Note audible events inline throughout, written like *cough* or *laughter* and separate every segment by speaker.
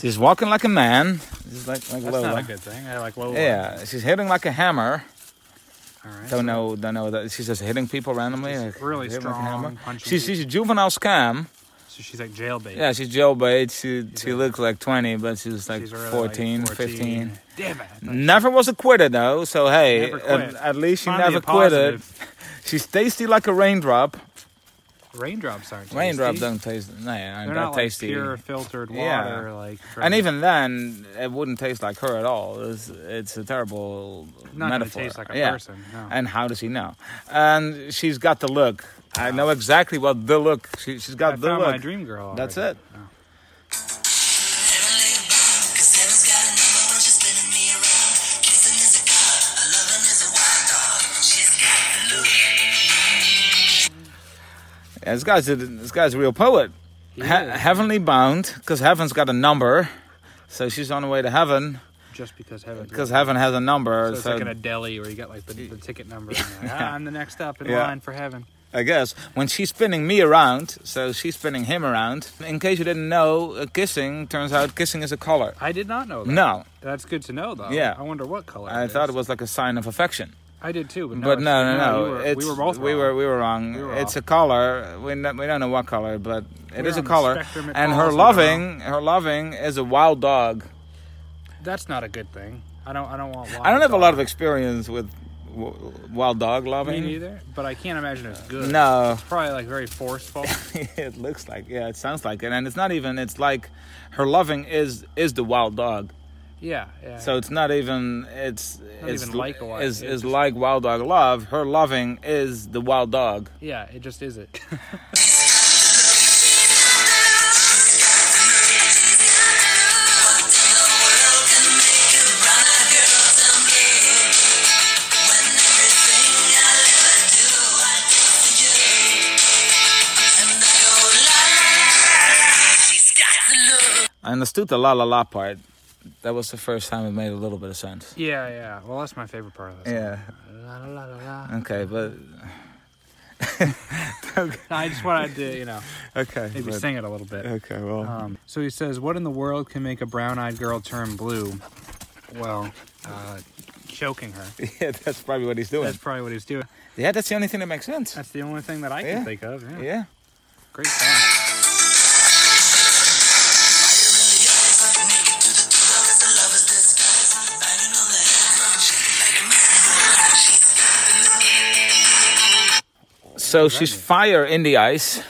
Speaker 1: She's walking like a man. She's like, like
Speaker 2: That's
Speaker 1: Lola.
Speaker 2: not a good thing. I like Lola.
Speaker 1: yeah, she's hitting like a hammer.
Speaker 2: All right.
Speaker 1: Don't know, don't know that she's just hitting people randomly.
Speaker 2: She's
Speaker 1: like,
Speaker 2: really
Speaker 1: hitting like a
Speaker 2: strong,
Speaker 1: hammer.
Speaker 2: punching
Speaker 1: She's, she's a juvenile scam.
Speaker 2: So she's like jailbait.
Speaker 1: Yeah, she's jailbait. She she
Speaker 2: a-
Speaker 1: looked like 20, but she was like
Speaker 2: She's really
Speaker 1: 14, 15.
Speaker 2: 14. Damn it. I thought
Speaker 1: Never was a quitter though, so hey,
Speaker 2: Never
Speaker 1: at,
Speaker 2: quit.
Speaker 1: at least she
Speaker 2: Finally a
Speaker 1: never quitted.
Speaker 2: positive.
Speaker 1: She's tasty like a raindrop.
Speaker 2: Raindrops aren't tasty.
Speaker 1: Raindrop don't taste. No, yeah,
Speaker 2: They're
Speaker 1: not,
Speaker 2: not
Speaker 1: tasty.
Speaker 2: like pure filtered water.
Speaker 1: Yeah.
Speaker 2: Like from-
Speaker 1: and even then, it wouldn't taste like her at all. It's, it's a terrible
Speaker 2: not gonna
Speaker 1: metaphor.
Speaker 2: taste like a
Speaker 1: yeah.
Speaker 2: person. No.
Speaker 1: And how does he know? And she's got the look. I know exactly what the look. She, she's got
Speaker 2: I
Speaker 1: the
Speaker 2: found
Speaker 1: look.
Speaker 2: my dream girl.
Speaker 1: That's
Speaker 2: already.
Speaker 1: it.
Speaker 2: Oh.
Speaker 1: Yeah, this guy's a, this guy's a real poet.
Speaker 2: He
Speaker 1: He-
Speaker 2: is.
Speaker 1: heavenly bound, because heaven's got a number. So she's on her way to heaven,
Speaker 2: Just because heaven.
Speaker 1: because heaven has a number.
Speaker 2: So
Speaker 1: So,
Speaker 2: it's like in a deli where you get like the, the ticket number. and you're like, ah, I'm the next up in
Speaker 1: *laughs* Yeah.
Speaker 2: line for heaven.
Speaker 1: I guess when she's spinning me around, so she's spinning him around. In case you didn't know, uh, kissing turns out kissing is a color.
Speaker 2: I did not know that.
Speaker 1: No,
Speaker 2: That's good to know though.
Speaker 1: Yeah.
Speaker 2: I wonder what color.
Speaker 1: I
Speaker 2: it
Speaker 1: thought
Speaker 2: is.
Speaker 1: it was like a sign of affection.
Speaker 2: I did too, but no.
Speaker 1: but
Speaker 2: it's-
Speaker 1: no, no, no.
Speaker 2: We were,
Speaker 1: it's,
Speaker 2: we were both.
Speaker 1: We
Speaker 2: wrong.
Speaker 1: were, we were wrong.
Speaker 2: We were
Speaker 1: it's a
Speaker 2: off.
Speaker 1: color. We, kn- we don't know what color, but it
Speaker 2: We're
Speaker 1: is a
Speaker 2: on the
Speaker 1: color.
Speaker 2: spectrum, it
Speaker 1: And
Speaker 2: falls, we
Speaker 1: her
Speaker 2: don't
Speaker 1: loving, her loving is a wild dog.
Speaker 2: That's not a good thing. I don't. I don't want.
Speaker 1: I don't have a lot of experience with w- wild dog
Speaker 2: Me
Speaker 1: loving.
Speaker 2: neither. But I can't imagine it's good.
Speaker 1: No, *laughs*
Speaker 2: It's probably like very forceful.
Speaker 1: it looks like yeah, it sounds like it, and it's not even. It's like her loving is is the wild dog.
Speaker 2: yeah. Yeah.
Speaker 1: So it's not even it's
Speaker 2: Not
Speaker 1: it's
Speaker 2: even like a wild-
Speaker 1: is,
Speaker 2: it
Speaker 1: is
Speaker 2: just-
Speaker 1: like wild dog love. Her loving is the wild dog.
Speaker 2: yeah. It just is
Speaker 1: *laughs*
Speaker 2: it.
Speaker 1: I understood the la la la part. That was the first time it made a little bit of sense.
Speaker 2: yeah. Yeah. Well, that's my favorite part of this.
Speaker 1: Yeah.
Speaker 2: La, la, la, la, la.
Speaker 1: Okay, but
Speaker 2: No, I just wanted
Speaker 1: *laughs*
Speaker 2: to, you know,
Speaker 1: okay.
Speaker 2: maybe
Speaker 1: but-
Speaker 2: sing it a little bit.
Speaker 1: Okay, well.
Speaker 2: Um, so he says, "What in the world can make a brown-eyed girl turn blue?" Well, uh, choking her.
Speaker 1: *laughs* yeah, that's probably what he's doing.
Speaker 2: That's probably what he's doing.
Speaker 1: yeah, that's the only thing that makes sense.
Speaker 2: That's the only thing that I
Speaker 1: Yeah.
Speaker 2: can think of. Yeah.
Speaker 1: Yeah.
Speaker 2: Great song.
Speaker 1: So she's fire in the ice.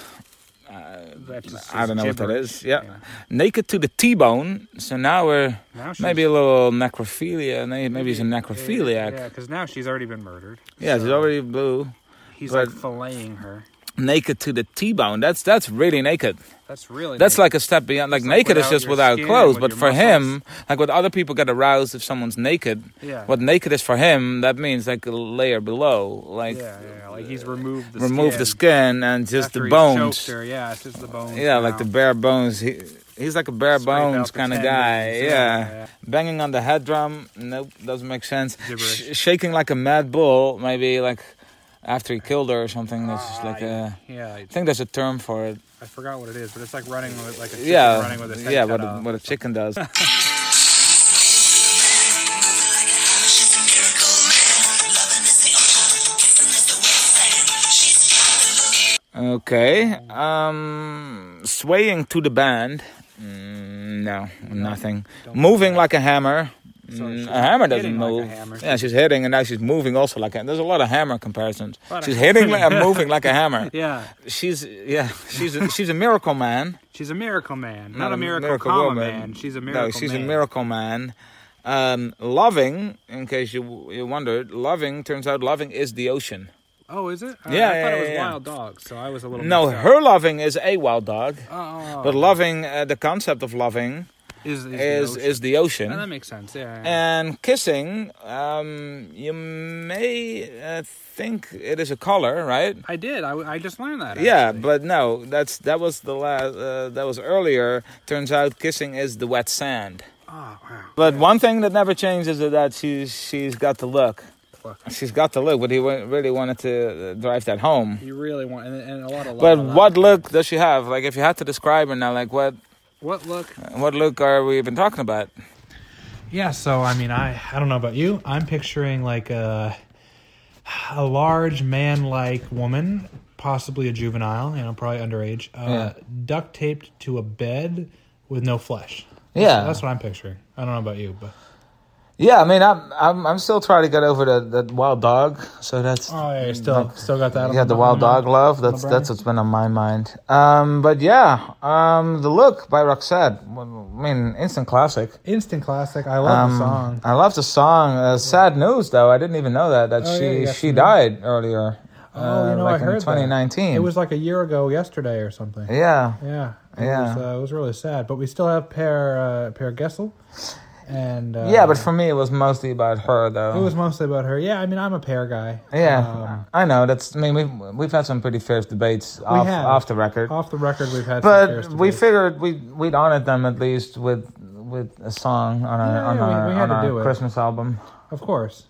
Speaker 2: That's just-
Speaker 1: I don't know what that
Speaker 2: gibberish.
Speaker 1: is. Yeah.
Speaker 2: Yeah.
Speaker 1: Naked to the T-bone. So now we're
Speaker 2: Now she's-
Speaker 1: maybe a little necrophilia. Maybe, maybe he's a necrophiliac.
Speaker 2: Yeah,
Speaker 1: Yeah,
Speaker 2: because now she's already been murdered.
Speaker 1: she's
Speaker 2: So
Speaker 1: already blue.
Speaker 2: He's
Speaker 1: but-
Speaker 2: like filleting her.
Speaker 1: Naked to the T-bone. That's that's really naked.
Speaker 2: That's really.
Speaker 1: That's
Speaker 2: nice.
Speaker 1: like a step beyond. Like
Speaker 2: It's like
Speaker 1: naked is
Speaker 2: without
Speaker 1: just
Speaker 2: your
Speaker 1: without
Speaker 2: skin,
Speaker 1: clothes,
Speaker 2: with
Speaker 1: but
Speaker 2: your
Speaker 1: for him,
Speaker 2: muscles.
Speaker 1: like what other people get aroused if someone's naked.
Speaker 2: Yeah.
Speaker 1: What naked is for him, that means like a layer below, like
Speaker 2: yeah, yeah. Like he's removed the
Speaker 1: remove
Speaker 2: skin
Speaker 1: the skin and just
Speaker 2: after
Speaker 1: the
Speaker 2: he's
Speaker 1: bones.
Speaker 2: choked her. Yeah, it's just the bones.
Speaker 1: Yeah, like the
Speaker 2: now.
Speaker 1: bare bones. He, he's like a bare
Speaker 2: Scrape out
Speaker 1: bones
Speaker 2: the
Speaker 1: kind of
Speaker 2: tendons,
Speaker 1: guy. Yeah.
Speaker 2: yeah, yeah.
Speaker 1: Banging on the head drum. Nope, doesn't make sense.
Speaker 2: Gibberish.
Speaker 1: Sh- shaking like a mad bull. Maybe like after he killed her or something. That's just like uh, a.
Speaker 2: Yeah, I
Speaker 1: I think there's a term for it.
Speaker 2: I forgot what it is, but it's like running with like a chicken
Speaker 1: Yeah,
Speaker 2: running with his head
Speaker 1: yeah,
Speaker 2: cut
Speaker 1: what a,
Speaker 2: off.
Speaker 1: what a chicken
Speaker 2: *laughs*
Speaker 1: does. Okay, um, swaying to the band. Mm, no, nothing.
Speaker 2: don't
Speaker 1: Moving
Speaker 2: do that.
Speaker 1: like a hammer.
Speaker 2: So
Speaker 1: Mm,
Speaker 2: she's
Speaker 1: a hammer doesn't
Speaker 2: hitting like a
Speaker 1: move.
Speaker 2: hammer.
Speaker 1: Yeah, she's hitting, and now she's moving also like a. There's a lot of hammer comparisons.
Speaker 2: But-
Speaker 1: She's hitting like- and moving like a hammer.
Speaker 2: *laughs* yeah,
Speaker 1: She's yeah, she's a, she's a miracle man.
Speaker 2: she's a miracle man, not,
Speaker 1: Not
Speaker 2: a miracle, comma man. She's a miracle.
Speaker 1: Mm, Um, No, she's
Speaker 2: man.
Speaker 1: a miracle man. Um, loving, in case you you wondered, loving turns out loving is the ocean.
Speaker 2: Oh, is it? I,
Speaker 1: Yeah,
Speaker 2: I
Speaker 1: yeah,
Speaker 2: thought it was
Speaker 1: yeah, yeah.
Speaker 2: wild dogs, so I was a little.
Speaker 1: No,
Speaker 2: mixed up.
Speaker 1: her loving is a wild dog,
Speaker 2: Oh,
Speaker 1: but loving uh, the concept of loving
Speaker 2: is is,
Speaker 1: is
Speaker 2: the
Speaker 1: is the ocean.
Speaker 2: ocean. Oh, that makes sense. Yeah. yeah.
Speaker 1: And kissing, um, you may uh, think it is a color, right?
Speaker 2: I did. I, w- I just learned that.
Speaker 1: Yeah,
Speaker 2: actually.
Speaker 1: but no, that's that was the last. Uh, that was earlier. Turns out, kissing is the wet sand.
Speaker 2: Oh wow.
Speaker 1: But one thing that never changes is that she's she's got the look.
Speaker 2: Look.
Speaker 1: She's got the look, but he wa- really wanted to uh, drive that home.
Speaker 2: You really want and, and a lot of.
Speaker 1: But
Speaker 2: love.
Speaker 1: what look does she have? Like, if you had to describe her now, like what
Speaker 2: What look?
Speaker 1: What look are we been talking about?
Speaker 2: Yeah, so I mean, I I don't know about you. I'm picturing like a a large man-like woman, possibly a juvenile, you know, probably underage, uh, duct taped to a bed with no flesh.
Speaker 1: Yeah.
Speaker 2: that's what I'm picturing. I don't know about you, but
Speaker 1: Yeah, I mean, I'm I'm, I'm still trying to get over the, that wild dog. So that's
Speaker 2: oh yeah, you still still got that. on
Speaker 1: yeah, the
Speaker 2: on
Speaker 1: wild dog love.
Speaker 2: the
Speaker 1: That's
Speaker 2: brain.
Speaker 1: that's what's been on my mind. Um, but yeah, um, the look by Roxette. I mean, instant classic.
Speaker 2: instant classic. I love the
Speaker 1: Um,
Speaker 2: song.
Speaker 1: I love the song. Uh, sad news though. I didn't even know that that
Speaker 2: Oh,
Speaker 1: she
Speaker 2: yeah, you got
Speaker 1: she
Speaker 2: some-
Speaker 1: died earlier. uh,
Speaker 2: Oh, you know,
Speaker 1: like
Speaker 2: I heard
Speaker 1: in
Speaker 2: that.
Speaker 1: 2019.
Speaker 2: It was like a year ago yesterday or something.
Speaker 1: yeah.
Speaker 2: Yeah, it
Speaker 1: Yeah.
Speaker 2: was, uh, it was really sad. But we still have Per uh, Per Gessel, and uh,
Speaker 1: yeah, but for me, it was mostly about her, though.
Speaker 2: It was mostly about her. Yeah, I mean, I'm a pair guy.
Speaker 1: yeah,
Speaker 2: Um,
Speaker 1: I know. That's. I mean, we've we've had some pretty fierce debates off
Speaker 2: have.
Speaker 1: off the record,
Speaker 2: off the record, we've had. some
Speaker 1: but
Speaker 2: fierce
Speaker 1: we
Speaker 2: debates.
Speaker 1: figured we we'd honor them at least with with a song on our
Speaker 2: Yeah,
Speaker 1: on
Speaker 2: yeah, we-
Speaker 1: our,
Speaker 2: we had
Speaker 1: on
Speaker 2: to
Speaker 1: our
Speaker 2: do it.
Speaker 1: Christmas album.
Speaker 2: of course,